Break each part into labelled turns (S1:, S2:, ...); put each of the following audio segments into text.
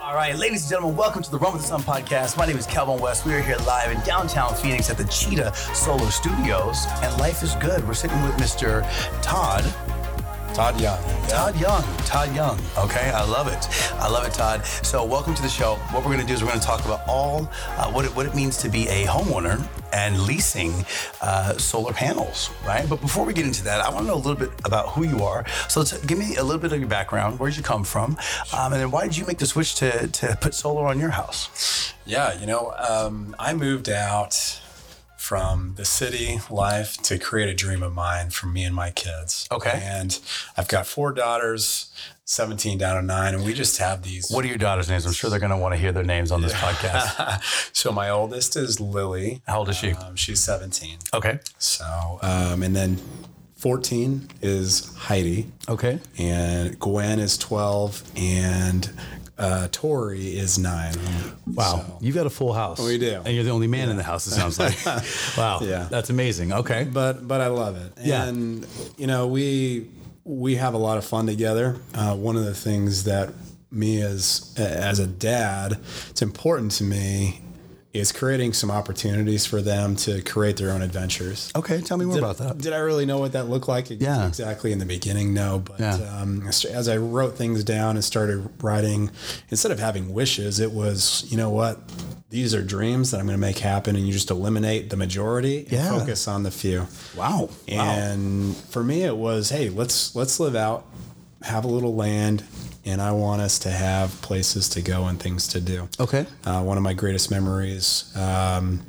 S1: All right, ladies and gentlemen, welcome to the Run with the Sun podcast. My name is Calvin West. We are here live in downtown Phoenix at the Cheetah Solo Studios, and life is good. We're sitting with Mr. Todd.
S2: Todd Young.
S1: Todd Young. Todd Young. Okay, I love it. I love it, Todd. So, welcome to the show. What we're going to do is we're going to talk about all uh, what it, what it means to be a homeowner and leasing uh, solar panels, right? But before we get into that, I want to know a little bit about who you are. So, let's, give me a little bit of your background. Where did you come from? Um, and then, why did you make the switch to to put solar on your house?
S2: Yeah, you know, um, I moved out from the city life to create a dream of mine for me and my kids.
S1: Okay.
S2: And I've got four daughters, 17 down to nine, and we just have these.
S1: What are your daughter's names? I'm sure they're going to want to hear their names on this podcast.
S2: so my oldest is Lily.
S1: How old is she?
S2: Um, she's 17.
S1: Okay.
S2: So, um, and then 14 is Heidi,
S1: Okay.
S2: and Gwen is 12, and uh, Tori is nine.
S1: Wow, you've got a full house.
S2: We Oh, do.
S1: and you're the only man in the house. It sounds like. wow,
S2: Yeah.
S1: that's amazing. Okay,
S2: but but I love it.
S1: Yeah.
S2: And you know, we we have a lot of fun together. Uh, one of the things that me as as a dad, it's important to me is creating some opportunities for them to create their own adventures.
S1: okay, tell me more
S2: Did-
S1: about that.
S2: Did I really know what that looked like?
S1: Yeah.
S2: Exactly in the beginning, no. But
S1: Yeah.
S2: um, as- as I wrote things down and started writing, instead of having wishes, it was, you know what? These are dreams that I'm going to make happen. And you just eliminate the majority and
S1: Yeah.
S2: focus on the few.
S1: Wow, wow,
S2: And for me, it was, hey, let's let's live out, have a little land, and I want us to have places to go and things to do.
S1: okay.
S2: Uh, one of my greatest memories um,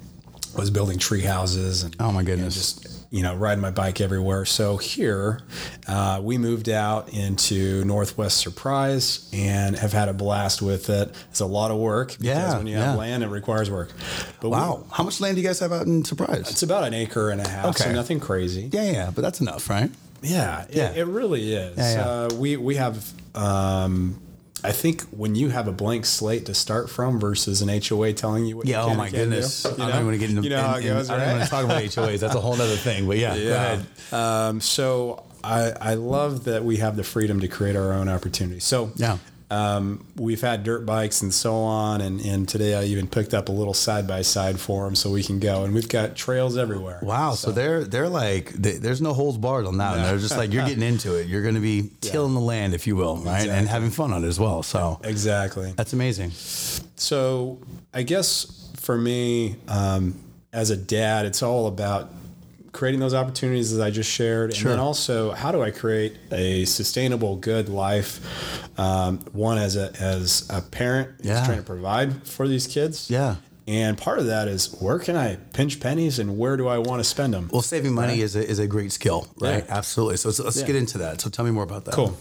S2: was building tree houses and
S1: Oh my goodness.
S2: just you know riding my bike everywhere. So here, uh, we moved out into Northwest Surprise and have had a blast with it. It's a lot of work. because
S1: Yeah,
S2: when you have
S1: yeah.
S2: land, it requires work. But we-
S1: wow, how much land do you guys have out in Surprise?
S2: it's about an acre and a half, so
S1: Okay.
S2: nothing crazy.
S1: Yeah, yeah, but that's enough, right?
S2: Yeah,
S1: Yeah.
S2: It, it really is.
S1: Yeah, yeah.
S2: Uh, we we have. Um, I think when you have a blank slate to start from versus an HOA telling you what
S1: Yeah.
S2: you
S1: Oh
S2: can
S1: my
S2: and can't
S1: goodness.
S2: do, you
S1: I
S2: know?
S1: don't want to get into.
S2: you know how it
S1: in- in-
S2: goes,
S1: I don't
S2: right?
S1: want to talk about HOAs. That's a whole other thing. But yeah, go ahead.
S2: Um, so I I love that we have the freedom to create our own opportunities. So
S1: Yeah.
S2: Um, we've had dirt bikes and so on, and, and today I even picked up a little side by side for them so we can go, and we've got trails everywhere.
S1: Wow. So, they're they're like they, there's no holds barred on that. one. They're just like you're getting into it. You're going to be tilling the land, if you will, right, and
S2: Exactly.
S1: having fun on it as well. So
S2: Exactly.
S1: that's amazing.
S2: So I guess for me, um, as a dad, it's all about creating those opportunities as I just shared, and then also how do I create a sustainable, good life? Um, one as a as a parent, who's
S1: Yeah.
S2: trying to provide for these kids,
S1: Yeah.
S2: And part of that is where can I pinch pennies and where do I want to spend them?
S1: Well, saving money is a is a great skill, right?
S2: Yeah.
S1: Absolutely. So, so let's get into that. So tell me more about that.
S2: Cool.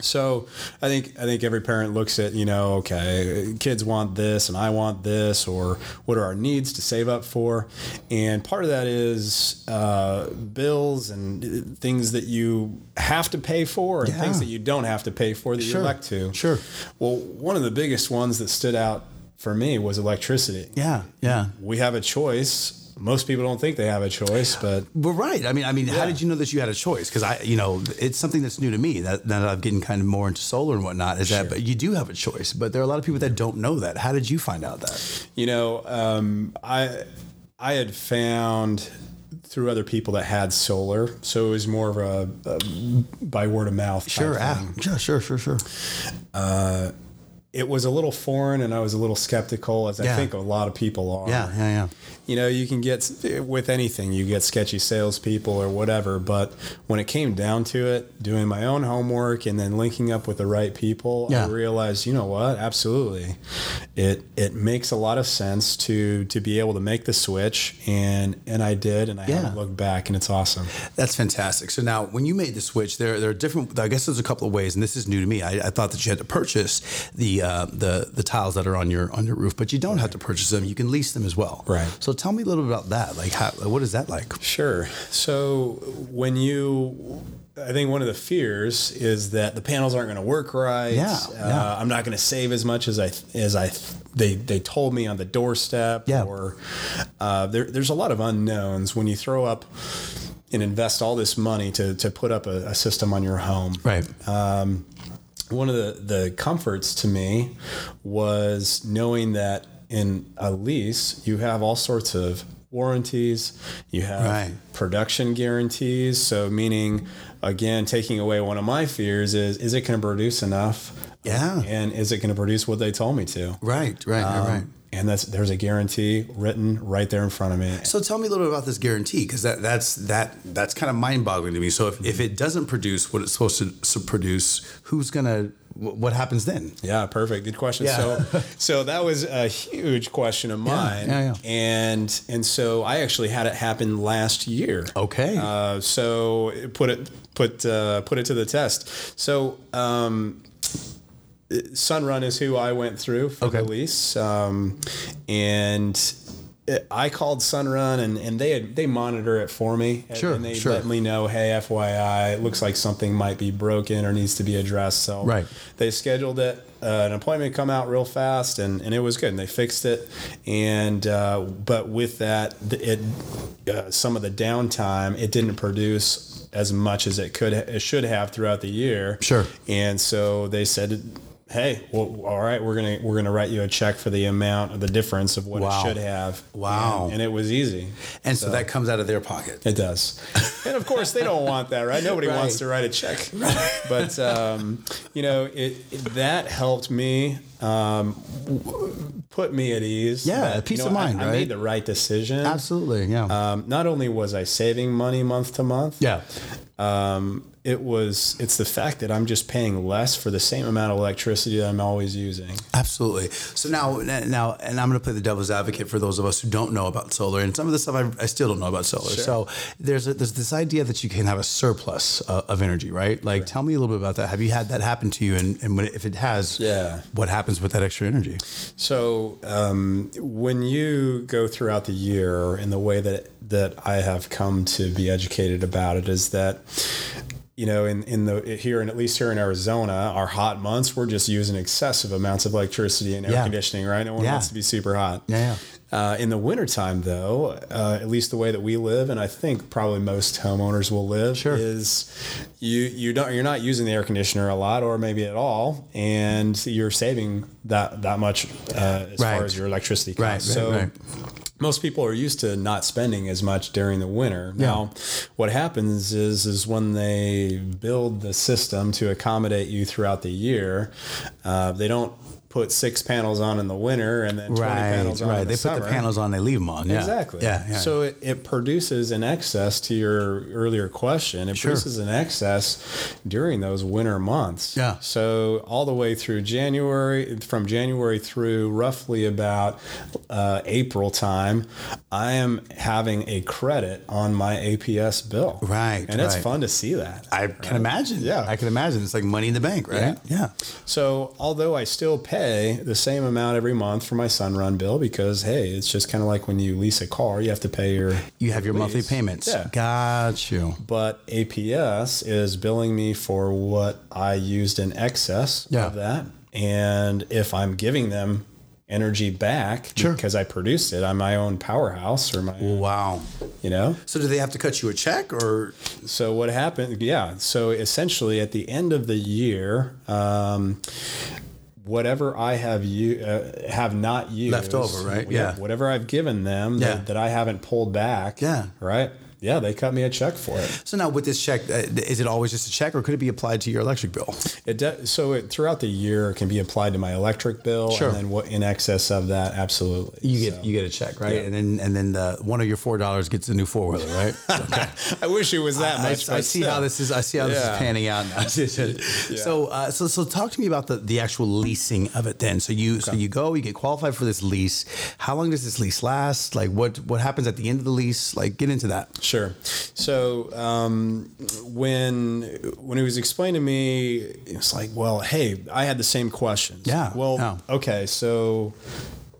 S2: So I think I think every parent looks at you know okay kids want this and I want this or what are our needs to save up for, and part of that is uh, bills and uh, things that you have to pay for and
S1: Yeah.
S2: things that you don't have to pay for that
S1: Sure.
S2: you elect to.
S1: Sure.
S2: Well, one of the biggest ones that stood out for me was electricity.
S1: Yeah, yeah.
S2: We have a choice. Most people don't think they have a choice, but
S1: But right. I mean, I mean, how
S2: Yeah.
S1: did you know that you had a choice? Because I, you know, it's something that's new to me. That now that I've getting kind of more into solar and whatnot is that, but you do have a choice. But there are a lot of people that don't know that. How did you find out that?
S2: you know um, i i had found through other people that had solar so it was more of a, a by word of mouth type
S1: Sure,
S2: thing.
S1: ah, yeah, sure, sure, sure.
S2: it was a little foreign and i was a little skeptical as
S1: Yeah.
S2: i think a lot of people are
S1: Yeah, yeah, yeah.
S2: you know you can get with anything you get sketchy salespeople or whatever but when it came down to it doing my own homework and then linking up with the right people
S1: Yeah.
S2: i realized you know what absolutely it it makes a lot of sense to to be able to make the switch and and i did and i
S1: Yeah.
S2: haven't looked back and it's awesome
S1: That's fantastic. So now, when you made the switch, there there are different. I guess there's a couple of ways, and this is new to me. I, I thought that you had to purchase the uh, the the tiles that are on your on your roof, but you don't have to purchase them. You can lease them as well.
S2: Right.
S1: So tell me a little bit about that. Like, how, what is that like?
S2: Sure. So when you, I think one of the fears is that the panels aren't going to work right.
S1: Yeah,
S2: Uh,
S1: yeah.
S2: I'm not going to save as much as I as I they they told me on the doorstep.
S1: Yeah.
S2: Or uh, there, there's a lot of unknowns when you throw up
S1: Uh,
S2: and invest all this money to to put up a, a system on your home
S1: Right.
S2: um, one of the, the comforts to me was knowing that in a lease you have all sorts of warranties you have
S1: Right.
S2: production guarantees so meaning again taking away one of my fears is is it going to produce enough
S1: Yeah.
S2: and is it going to produce what they told me to
S1: Right, right, right, right.
S2: and that's there's a guarantee written right there in front of me
S1: So tell me a little bit about this guarantee, because that, that's that that's kind of mind-boggling to me. So if, if it doesn't produce what it's supposed to s- produce, who's gonna? wh- What happens then?
S2: Yeah, perfect. Good question.
S1: Yeah.
S2: So, so that was a huge question of mine,
S1: yeah, yeah.
S2: and and so I actually had it happen last year.
S1: Okay.
S2: Uh, so it put it put uh, put it to the test. So um, Sunrun is who I went through for the
S1: Okay.
S2: lease, um, and it- I called Sunrun and, and they had, they monitor it for me. and-
S1: Sure,
S2: and they
S1: sure.
S2: let me know, hey, FYI, it looks like something might be broken or needs to be addressed. So
S1: Right.
S2: they scheduled it. Uh, an appointment come out real fast, and, and it was good. And they fixed it, and uh, but with that, th- it uh, some of the downtime, it didn't produce as much as it could it should have throughout the year.
S1: Sure.
S2: And so they said, "Hey, well, all right, we're gonna we're gonna write you a check for the amount of the difference of what
S1: Wow.
S2: it should have."
S1: Wow.
S2: And, and it was easy.
S1: and so, that comes out of their pocket.
S2: It does. and of course, they don't want that, right? Nobody
S1: Right.
S2: wants to write a check. But, um, you know, it, it- that helped me um, w- put me at ease.
S1: Yeah,
S2: that,
S1: peace
S2: you know,
S1: of
S2: I-
S1: mind,
S2: I,
S1: right?
S2: made the right decision.
S1: Absolutely. Yeah.
S2: Um, not only was I saving money month to month,
S1: yeah.
S2: um, it was it's the fact that I'm just paying less for the same amount of electricity that I'm always using.
S1: Absolutely. So now, now, and I'm going to play the devil's advocate for those of us who don't know about solar, and some of the stuff I, I still don't know about solar. So there's a, there's this idea that you can have a surplus uh, of energy, right? Like, tell me a little bit about that. Have you had that happen to you? And, and when, if it has,
S2: Yeah.
S1: what happens with that extra energy?
S2: So um, when you go throughout the year, and the way that that I have come to be educated about it is that you know in in the here and at least here in Arizona, our hot months we're just using excessive amounts of electricity and air
S1: Yeah.
S2: conditioning, right? No one
S1: Yeah.
S2: wants to be super hot.
S1: Yeah,
S2: Uh, in the wintertime, though, uh, at least the way that we live, and I think probably most homeowners will live,
S1: Sure.
S2: is you you don't you're not using the air conditioner a lot, or maybe at all, and you're saving that that much uh, as
S1: Right.
S2: far as your electricity costs.
S1: Right, right,
S2: so
S1: right.
S2: most people are used to not spending as much during the winter. Now, what happens is is when they build the system to accommodate you throughout the year, uh, they don't put six panels on in the winter and then 20
S1: Right,
S2: panels on
S1: right.
S2: in
S1: They
S2: the
S1: put the
S2: summer.
S1: panels on, they leave them on. Yeah.
S2: Exactly.
S1: Yeah. yeah.
S2: So it, it produces an excess to your earlier question. It produces an excess during those winter months.
S1: Yeah.
S2: So all the way through January, from January through roughly about uh, April time, I am having a credit on my APS bill.
S1: Right,
S2: And it's
S1: right.
S2: fun to see that.
S1: I can imagine.
S2: Yeah.
S1: I can imagine. It's like money in the bank, right? Yeah.
S2: So, although I still pay the same amount every month for my Sunrun bill, because hey, it's just kind of like when you lease a car, you have to pay your
S1: You have your monthly
S2: lease.
S1: payments.
S2: Yeah.
S1: Got you.
S2: But APS is billing me for what I used in excess
S1: Yeah.
S2: of that, and if I'm giving them energy back
S1: Sure.
S2: because I produced it, I'm my own powerhouse or my,
S1: Wow.
S2: you know.
S1: So do they have to cut you a check or
S2: So what happened? Yeah. So essentially, at the end of the year, um, whatever I have you uh, have not used
S1: Left over, right? Yeah.
S2: Whatever I've given them
S1: Yeah.
S2: that, that I haven't pulled back.
S1: Yeah.
S2: Right. Yeah. They cut me a check for it.
S1: So now with this check, uh, is it always just a check, or could it be applied to your electric bill?
S2: It de- so it throughout the year it can be applied to my electric bill,
S1: Sure.
S2: and then what in excess of that, absolutely.
S1: You get you get a check, right? And then and then the, one of your four dollars gets a new four wheeler, right? Okay.
S2: I wish it was that
S1: I,
S2: much.
S1: I see how this is. I see how this is
S2: Yeah.
S1: panning out. Now. So, uh, so, so, talk to me about the, the actual leasing of it. Then, so you so you go, you get qualified for this lease. How long does this lease last? Like, what what happens at the end of the lease? Like, get into that.
S2: Sure. So um, when when it was explained to me, it's like, well, hey, I had the same questions.
S1: Yeah,
S2: Well,
S1: yeah.
S2: okay, so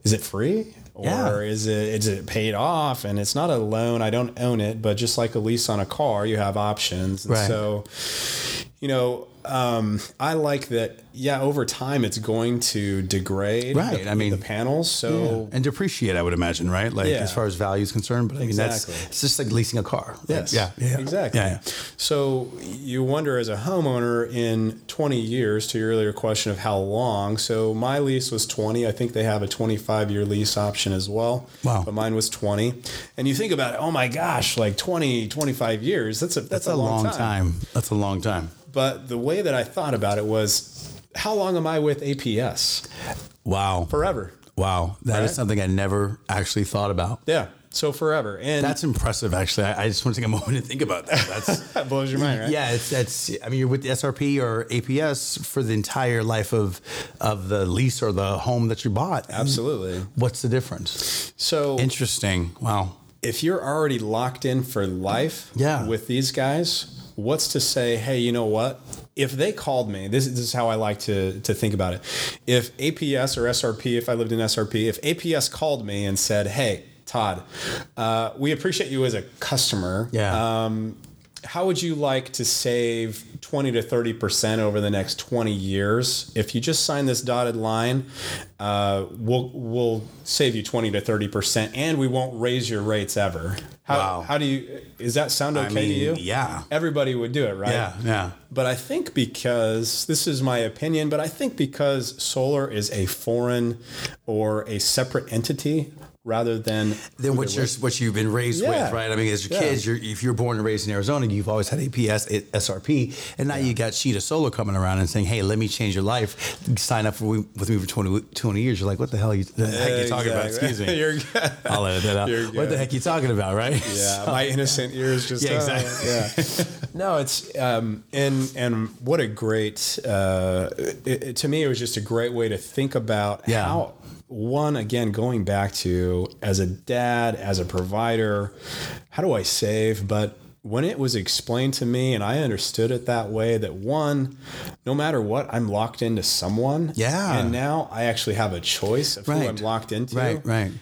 S2: is it free? Or
S1: Yeah.
S2: is it is it paid off? And it's not a loan. I don't own it, but just like a lease on a car, you have options. And
S1: Right.
S2: so, you know, um, I like that. Yeah, over time it's going to degrade.
S1: Right,
S2: The,
S1: I mean-
S2: the panels. So
S1: and depreciate, I would imagine, right? Like
S2: Yeah.
S1: as far as value is concerned. But I mean, that's
S2: Exactly.
S1: it's just like leasing a car. Like,
S2: Yes.
S1: yeah, yeah, yeah.
S2: Exactly.
S1: Yeah, yeah.
S2: So you wonder as a homeowner in 20 years to your earlier question of how long. So my lease was 20. I think they have a 25 year lease option as well.
S1: Wow.
S2: But mine was 20. And you think about it, oh my gosh, like 20, 25 years. That's a that's,
S1: That's a long time. That's a long time.
S2: But the way that I thought about it was how long am I with APS?
S1: Wow.
S2: Forever.
S1: Wow. that is
S2: Right?
S1: something I never actually thought about.
S2: Yeah. So forever. And
S1: That's impressive, actually. I, I just want to take a moment to think about that. That's
S2: that blows your mind, right?
S1: yeah. It's that's. I mean, you're with the SRP or APS for the entire life of of the lease or the home that you bought.
S2: Absolutely.
S1: What's the difference?
S2: So
S1: Interesting. Wow.
S2: if you're already locked in for life
S1: Yeah.
S2: with these guys, what's to say, hey, you know what? If they called me, this, this is how I like to, to think about it. If APS or SRP, if I lived in SRP, if APS called me and said, hey, Todd, uh, we appreciate you as a customer. Uh,
S1: Yeah.
S2: How would you like to save 20 to 30% over the next 20 years? If you just sign this dotted line, uh, we'll, we'll save you 20 to 30% and we won't raise your rates ever. How,
S1: Wow.
S2: how do you, is that sound okay
S1: mean,
S2: to you?
S1: yeah.
S2: Everybody would do it, right?
S1: yeah. Yeah.
S2: But I think because this is my opinion, but I think because solar is a foreign or a separate entity rather than
S1: Then what you're what you've been raised
S2: Yeah.
S1: with, right? I mean, as your
S2: Yeah.
S1: kids, you're, if you're born and raised in Arizona, you've always had APS, it- SRP, and now you got Sheeta Solar coming around and saying, "Hey, let me change your life. Sign up for, with me for 20, 20 years." You're like, "What the hell are you, the heck are you talking about?"
S2: Exactly.
S1: Excuse me.
S2: You're-
S1: I'll edit that out.
S2: You're
S1: What the
S2: good.
S1: heck you talking about, right?
S2: Yeah, my innocent ears just
S1: Yeah,
S2: uh,
S1: exactly.
S2: yeah. No, it's um, and and what a great uh, it, it- to me. It was just a great way to think about
S1: Yeah.
S2: how one again going back to as a dad, as a provider, how do I save? But when it was explained to me and I understood it that way, that one, no matter what, I'm locked into someone.
S1: Yeah.
S2: And now I actually have a choice of who
S1: Right.
S2: I'm locked into.
S1: Right, right.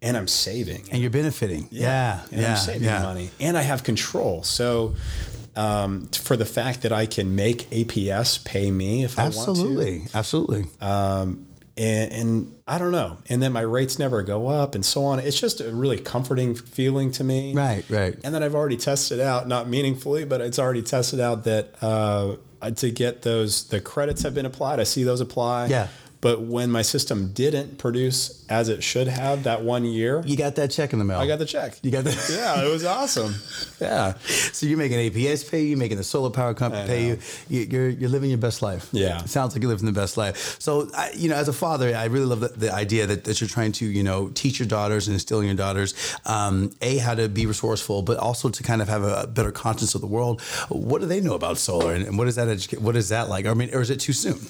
S2: And I'm saving
S1: And you're benefiting. Yeah, yeah,
S2: and
S1: yeah.
S2: I'm saving money, and I have control. So, um, for the fact that I can make APS pay me if I want to, Uh,
S1: Absolutely, absolutely.
S2: and, and I don't know, and then my rates never go up, and so on. It's just a really comforting feeling to me,
S1: right, right.
S2: And then I've already tested out, not meaningfully, but it's already tested out that uh, to get those, the credits have been applied. I see those apply,
S1: Yeah.
S2: But when my system didn't produce as it should have that one year,
S1: You got that check in the mail.
S2: I got the check.
S1: You got that.
S2: yeah, it was awesome.
S1: Yeah. So you're making APS pay you, you're making the solar power company pay you. you. You're you're living your best life.
S2: Yeah.
S1: It sounds like you're living the best life. So I, you know, as a father, I really love the, the idea that, that you're trying to you know teach your daughters and instill in your daughters um, a how to be resourceful, but also to kind of have a better conscience of the world. What do they know about solar, and, and what is that? Educa- what is that like? I mean, or is it too soon?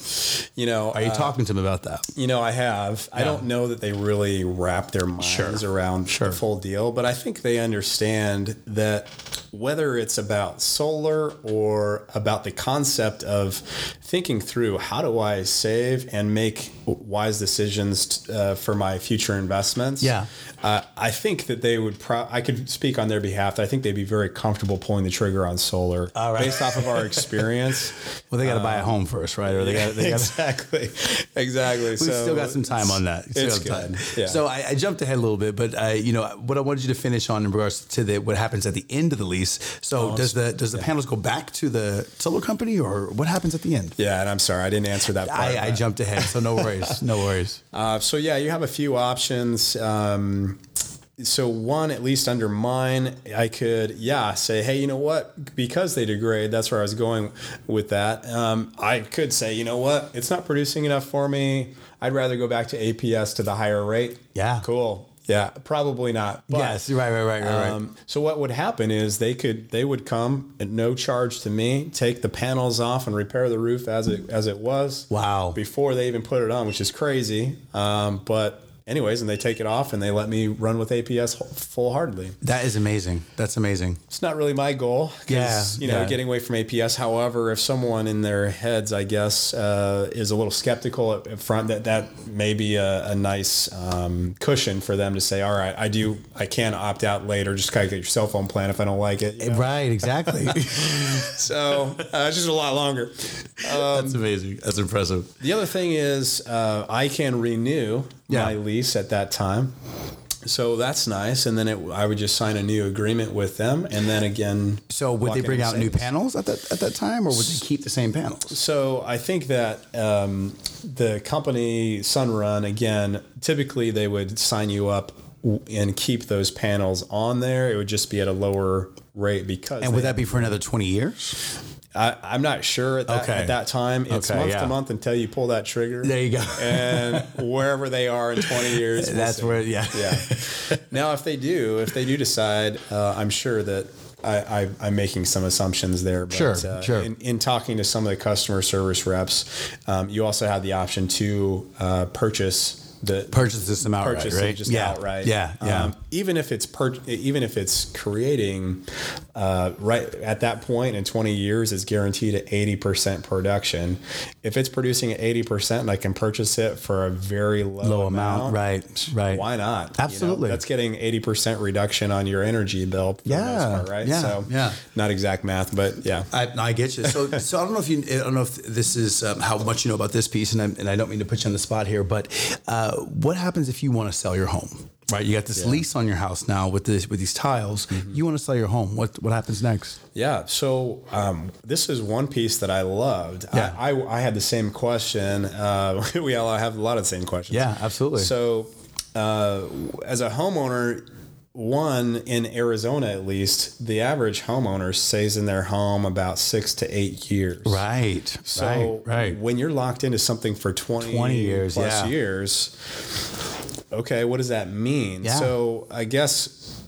S2: You know,
S1: Are you talking to them about that?
S2: You know, I have. I
S1: Yeah.
S2: don't know that they really wrap their minds around the full deal, but I think they understand that whether it's about solar or about the concept of thinking through how do I save and make wise decisions uh, for my future investments.
S1: Yeah.
S2: Uh, I think that they would. Pro- I could speak on their behalf. I think they'd be very comfortable pulling the trigger on solar,
S1: All right.
S2: based off of our experience.
S1: Well, they got to buy a home first, right? Or they got they got
S2: exactly, exactly.
S1: We've still got some time on that. Still
S2: it's
S1: got some
S2: good.
S1: time.
S2: Yeah.
S1: So I, I jumped ahead a little bit, but uh, you know what I wanted you to finish on in regards to the, what happens at the end of the lease. So does the does the panels go back to the solar company, or what happens at the end?
S2: Yeah, and I'm sorry I didn't answer that. Part
S1: I, I jumped ahead, so no worries, no worries.
S2: uh, so yeah, you have a few options. Um, so one, at least under mine, I could yeah say, hey, you know what? Because they degrade, that's where I was going with that. Um, I could say, you know what? It's not producing enough for me. I'd rather go back to APS to the higher rate.
S1: Yeah.
S2: Cool. Yeah, probably not. But
S1: yes, right, right, right, right, right.
S2: Um, so what would happen is they could they would come at no charge to me, take the panels off and repair the roof as it as it was.
S1: Wow.
S2: Before they even put it on, which is crazy. Um, but anyways, and they take it off and they let me run with APS full heartedly.
S1: That is amazing. That's amazing.
S2: It's not really my goal. 'cause,
S1: Yeah,
S2: You know,
S1: yeah.
S2: getting away from APS. However, if someone in their heads, I guess, uh, is a little skeptical up, up front, that that may be a, a nice um, cushion for them to say, all right, I do, I can opt out later. Just kind of get your cell phone plan if I don't like it. you know?
S1: Right, exactly.
S2: Um, So uh, it's just a lot longer.
S1: That's amazing. That's impressive.
S2: The other thing is, uh, I can renew
S1: Yeah.
S2: my lease at that time. So that's nice, and then it, I would just sign a new agreement with them, and then again.
S1: So would
S2: lock
S1: they
S2: in
S1: bring
S2: the
S1: out new
S2: savings.
S1: panels at that at that time, or would they keep the same panels?
S2: So I think that um, the company Sunrun again, typically they would sign you up w- and keep those panels on there. It would just be at a lower rate because
S1: And would
S2: they-
S1: that be for another twenty years?
S2: I, I'm not sure at that,
S1: Okay.
S2: at that time. It's
S1: Okay,
S2: month
S1: yeah.
S2: to month until you pull that trigger.
S1: There you go.
S2: and wherever they are in 20 years, we'll
S1: That's
S2: see.
S1: where, yeah.
S2: yeah. Now, if they do, if they do decide, uh, I'm sure that I, I, I'm making some assumptions there. But,
S1: Sure,
S2: uh,
S1: sure.
S2: In, in talking to some of the customer service reps, um, you also have the option to uh, purchase the
S1: Purchase this amount outright,
S2: purchase it
S1: right?
S2: just
S1: yeah.
S2: outright.
S1: Yeah, yeah.
S2: Um, even if it's per, even if it's creating, uh, right at that point in 20 years, it's guaranteed at 80% production. If it's producing at 80% and I can purchase it for a very low,
S1: Low amount, right? Right.
S2: Why not? You know,
S1: Absolutely.
S2: that's getting 80% reduction on your energy bill. For the most
S1: Yeah,
S2: part, right.
S1: yeah,
S2: So
S1: yeah.
S2: not exact math, but yeah.
S1: I, I get you. So, so I don't know if you, I don't know if this is um, how much you know about this piece, and I, and I don't mean to put you on the spot here, but uh, what happens if you want to sell your home? Right, you got this lease on your house now with this with these tiles. You want to sell your home. What what happens next?
S2: Yeah. So um, this is one piece that I loved.
S1: Yeah.
S2: I, I, I had the same question. Uh, we all have a lot of the same questions.
S1: absolutely.
S2: So uh, as a homeowner, one in Arizona at least, the average homeowner stays in their home about six to eight years.
S1: right,
S2: So
S1: right, right.
S2: when you're locked into something for 20,
S1: 20 years,
S2: plus
S1: yeah.
S2: years, okay, what does that mean?
S1: Yeah.
S2: So I guess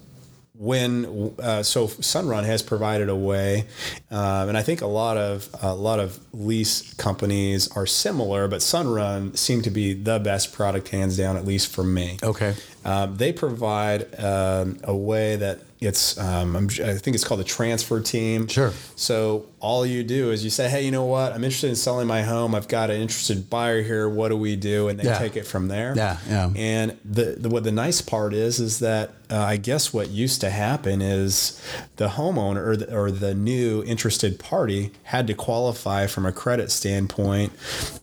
S2: when uh, so Sunrun has provided a way, um, and I think a lot of a lot of lease companies are similar, but Sunrun seemed to be the best product hands down, at least for me.
S1: Okay.
S2: Um, they provide um, a way that it's, um, I'm, I think it's called the transfer team.
S1: Sure.
S2: So all you do is you say, hey, you know what? I'm interested in selling my home. I've got an interested buyer here. What do we do? And they
S1: Yeah.
S2: take it from there.
S1: Yeah, yeah.
S2: And the, the what the nice part is is that uh, I guess what used to happen is the homeowner or the, or the new interested party had to qualify from a credit standpoint.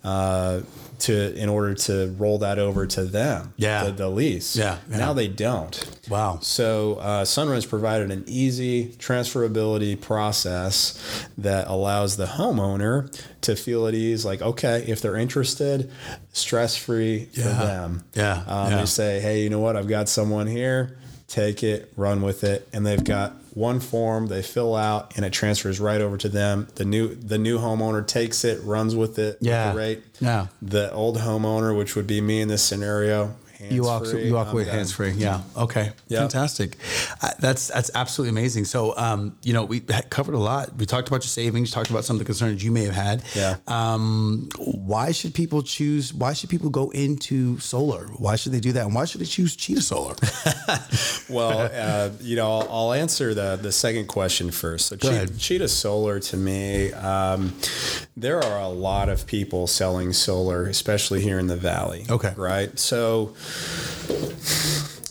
S2: Uh, to, in order to roll that over to them,
S1: Yeah.
S2: the, the lease.
S1: Yeah, yeah.
S2: Now they don't.
S1: Wow.
S2: So uh, Sunrun's provided an easy transferability process that allows the homeowner to feel at ease, like, okay, if they're interested, stress free for
S1: Yeah.
S2: them.
S1: Yeah,
S2: Um,
S1: yeah.
S2: They say, hey, you know what? I've got someone here. Take it, run with it, and they've got one form they fill out, and it transfers right over to them. The new the new homeowner takes it, runs with it. with
S1: Yeah.
S2: the rate.
S1: Yeah.
S2: The old homeowner, which would be me in this scenario, hands
S1: You walk,
S2: free,
S1: you walk
S2: I'm
S1: away
S2: done.
S1: hands free. Yeah. Okay.
S2: Yeah.
S1: Fantastic. Uh, that's that's absolutely amazing. So, um, you know, we had covered a lot. We talked about your savings. Talked about some of the concerns you may have had.
S2: Yeah.
S1: Um, why should people choose? Why should people go into solar? Why should they do that? And why should they choose Cheetah Solar?
S2: Well, uh, you know, I'll, I'll answer the the second question first. So, che-
S1: ahead.
S2: Cheetah Solar to me, um, there are a lot of people selling solar, especially here in the valley.
S1: Okay.
S2: right? So,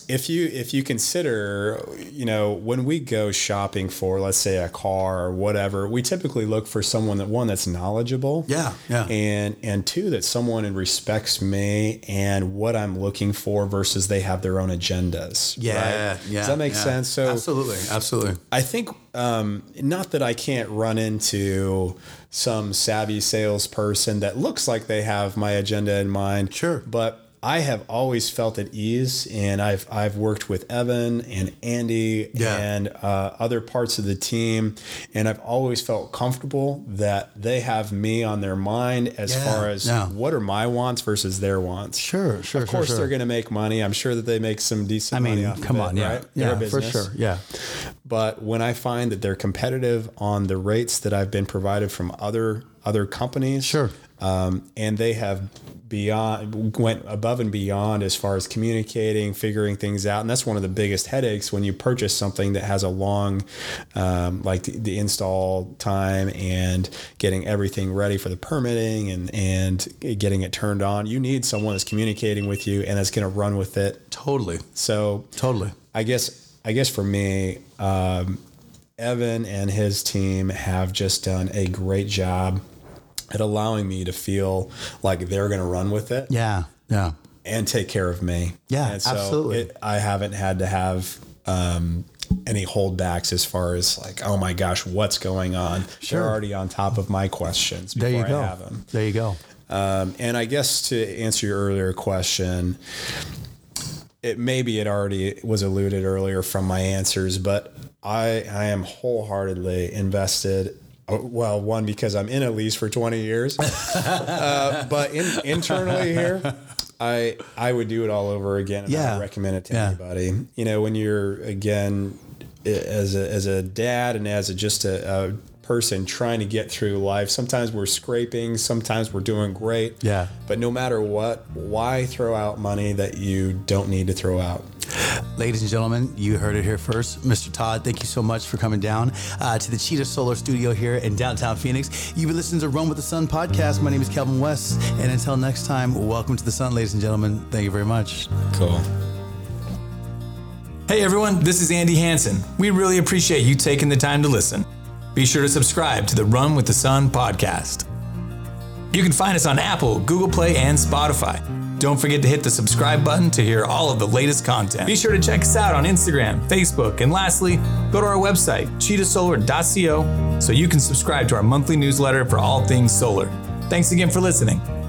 S2: if you if you consider, you know, when we go shopping for, let's say, a car or whatever, we typically look for someone that one that's knowledgeable.
S1: Yeah, yeah.
S2: And and two that someone respects me and what I'm looking for versus they have their own agendas. right? Does that make
S1: yeah.
S2: sense? So
S1: absolutely, absolutely.
S2: I think um, not that I can't run into some savvy salesperson that looks like they have my agenda in mind.
S1: Sure.
S2: But I have always felt at ease, and I've I've worked with Evan and Andy
S1: Yeah.
S2: and uh, other parts of the team, and I've always felt comfortable that they have me on their mind as
S1: Yeah,
S2: far as
S1: yeah.
S2: what are my wants versus their wants.
S1: Sure, sure,
S2: Of course,
S1: sure,
S2: they're
S1: sure.
S2: going to make money. I'm sure that they make some decent.
S1: I mean,
S2: money off
S1: come
S2: of it,
S1: on, yeah,
S2: right? They're
S1: yeah,
S2: a
S1: for
S2: business.
S1: sure, yeah,
S2: But when I find that they're competitive on the rates that I've been provided from other other companies.
S3: Sure.
S2: Um, and they have beyond went above and beyond as far as communicating, figuring things out, and that's one of the biggest headaches when you purchase something that has a long, um, like the, the, install time and getting everything ready for the permitting and and getting it turned on. You need someone that's communicating with you and that's going to run with it.
S1: Totally.
S2: So
S1: Totally.
S2: I guess I guess for me. Um, Evan and his team have just done a great job at allowing me to feel like they're going to run with it.
S1: Yeah. Yeah.
S2: And take care of me.
S1: Yeah,
S2: And so
S1: absolutely.
S2: it- I haven't had to have um, any holdbacks as far as like, oh my gosh, what's going on?
S1: Sure.
S2: They're already on top of my questions before
S1: There you
S2: I have
S1: go.
S2: them.
S1: There you go.
S2: Um, and I guess to answer your earlier question, it maybe it already was alluded earlier from my answers, but I I am wholeheartedly invested. uh, Well, one because I'm in a lease for 20 years, uh, but in, internally here, I I would do it all over again. And I
S1: Yeah.
S2: would recommend it to
S1: Yeah.
S2: anybody. You know, when you're again i- as a as a dad and as a just a, a person trying to get through life, sometimes we're scraping, sometimes we're doing great.
S1: Yeah.
S2: But no matter what, why throw out money that you don't need to throw out?
S1: Ladies and gentlemen, you heard it here first. Mr. Todd, thank you so much for coming down uh, to the Cheetah Solar Studio here in downtown Phoenix. You've been listening to Run with the Sun podcast. My name is Calvin West. And until next time, welcome to the sun, ladies and gentlemen. Thank you very much.
S2: Cool.
S4: Hey everyone, this is Andy Hansen. We really appreciate you taking the time to listen. Be sure to subscribe to the Run with the Sun podcast. You can find us on Apple, Google Play, and Spotify. Don't forget to hit the subscribe button to hear all of the latest content. Be sure to check us out on Instagram, Facebook, and lastly, go to our website, cheetahsolar.co, so you can subscribe to our monthly newsletter for all things solar. Thanks again for listening.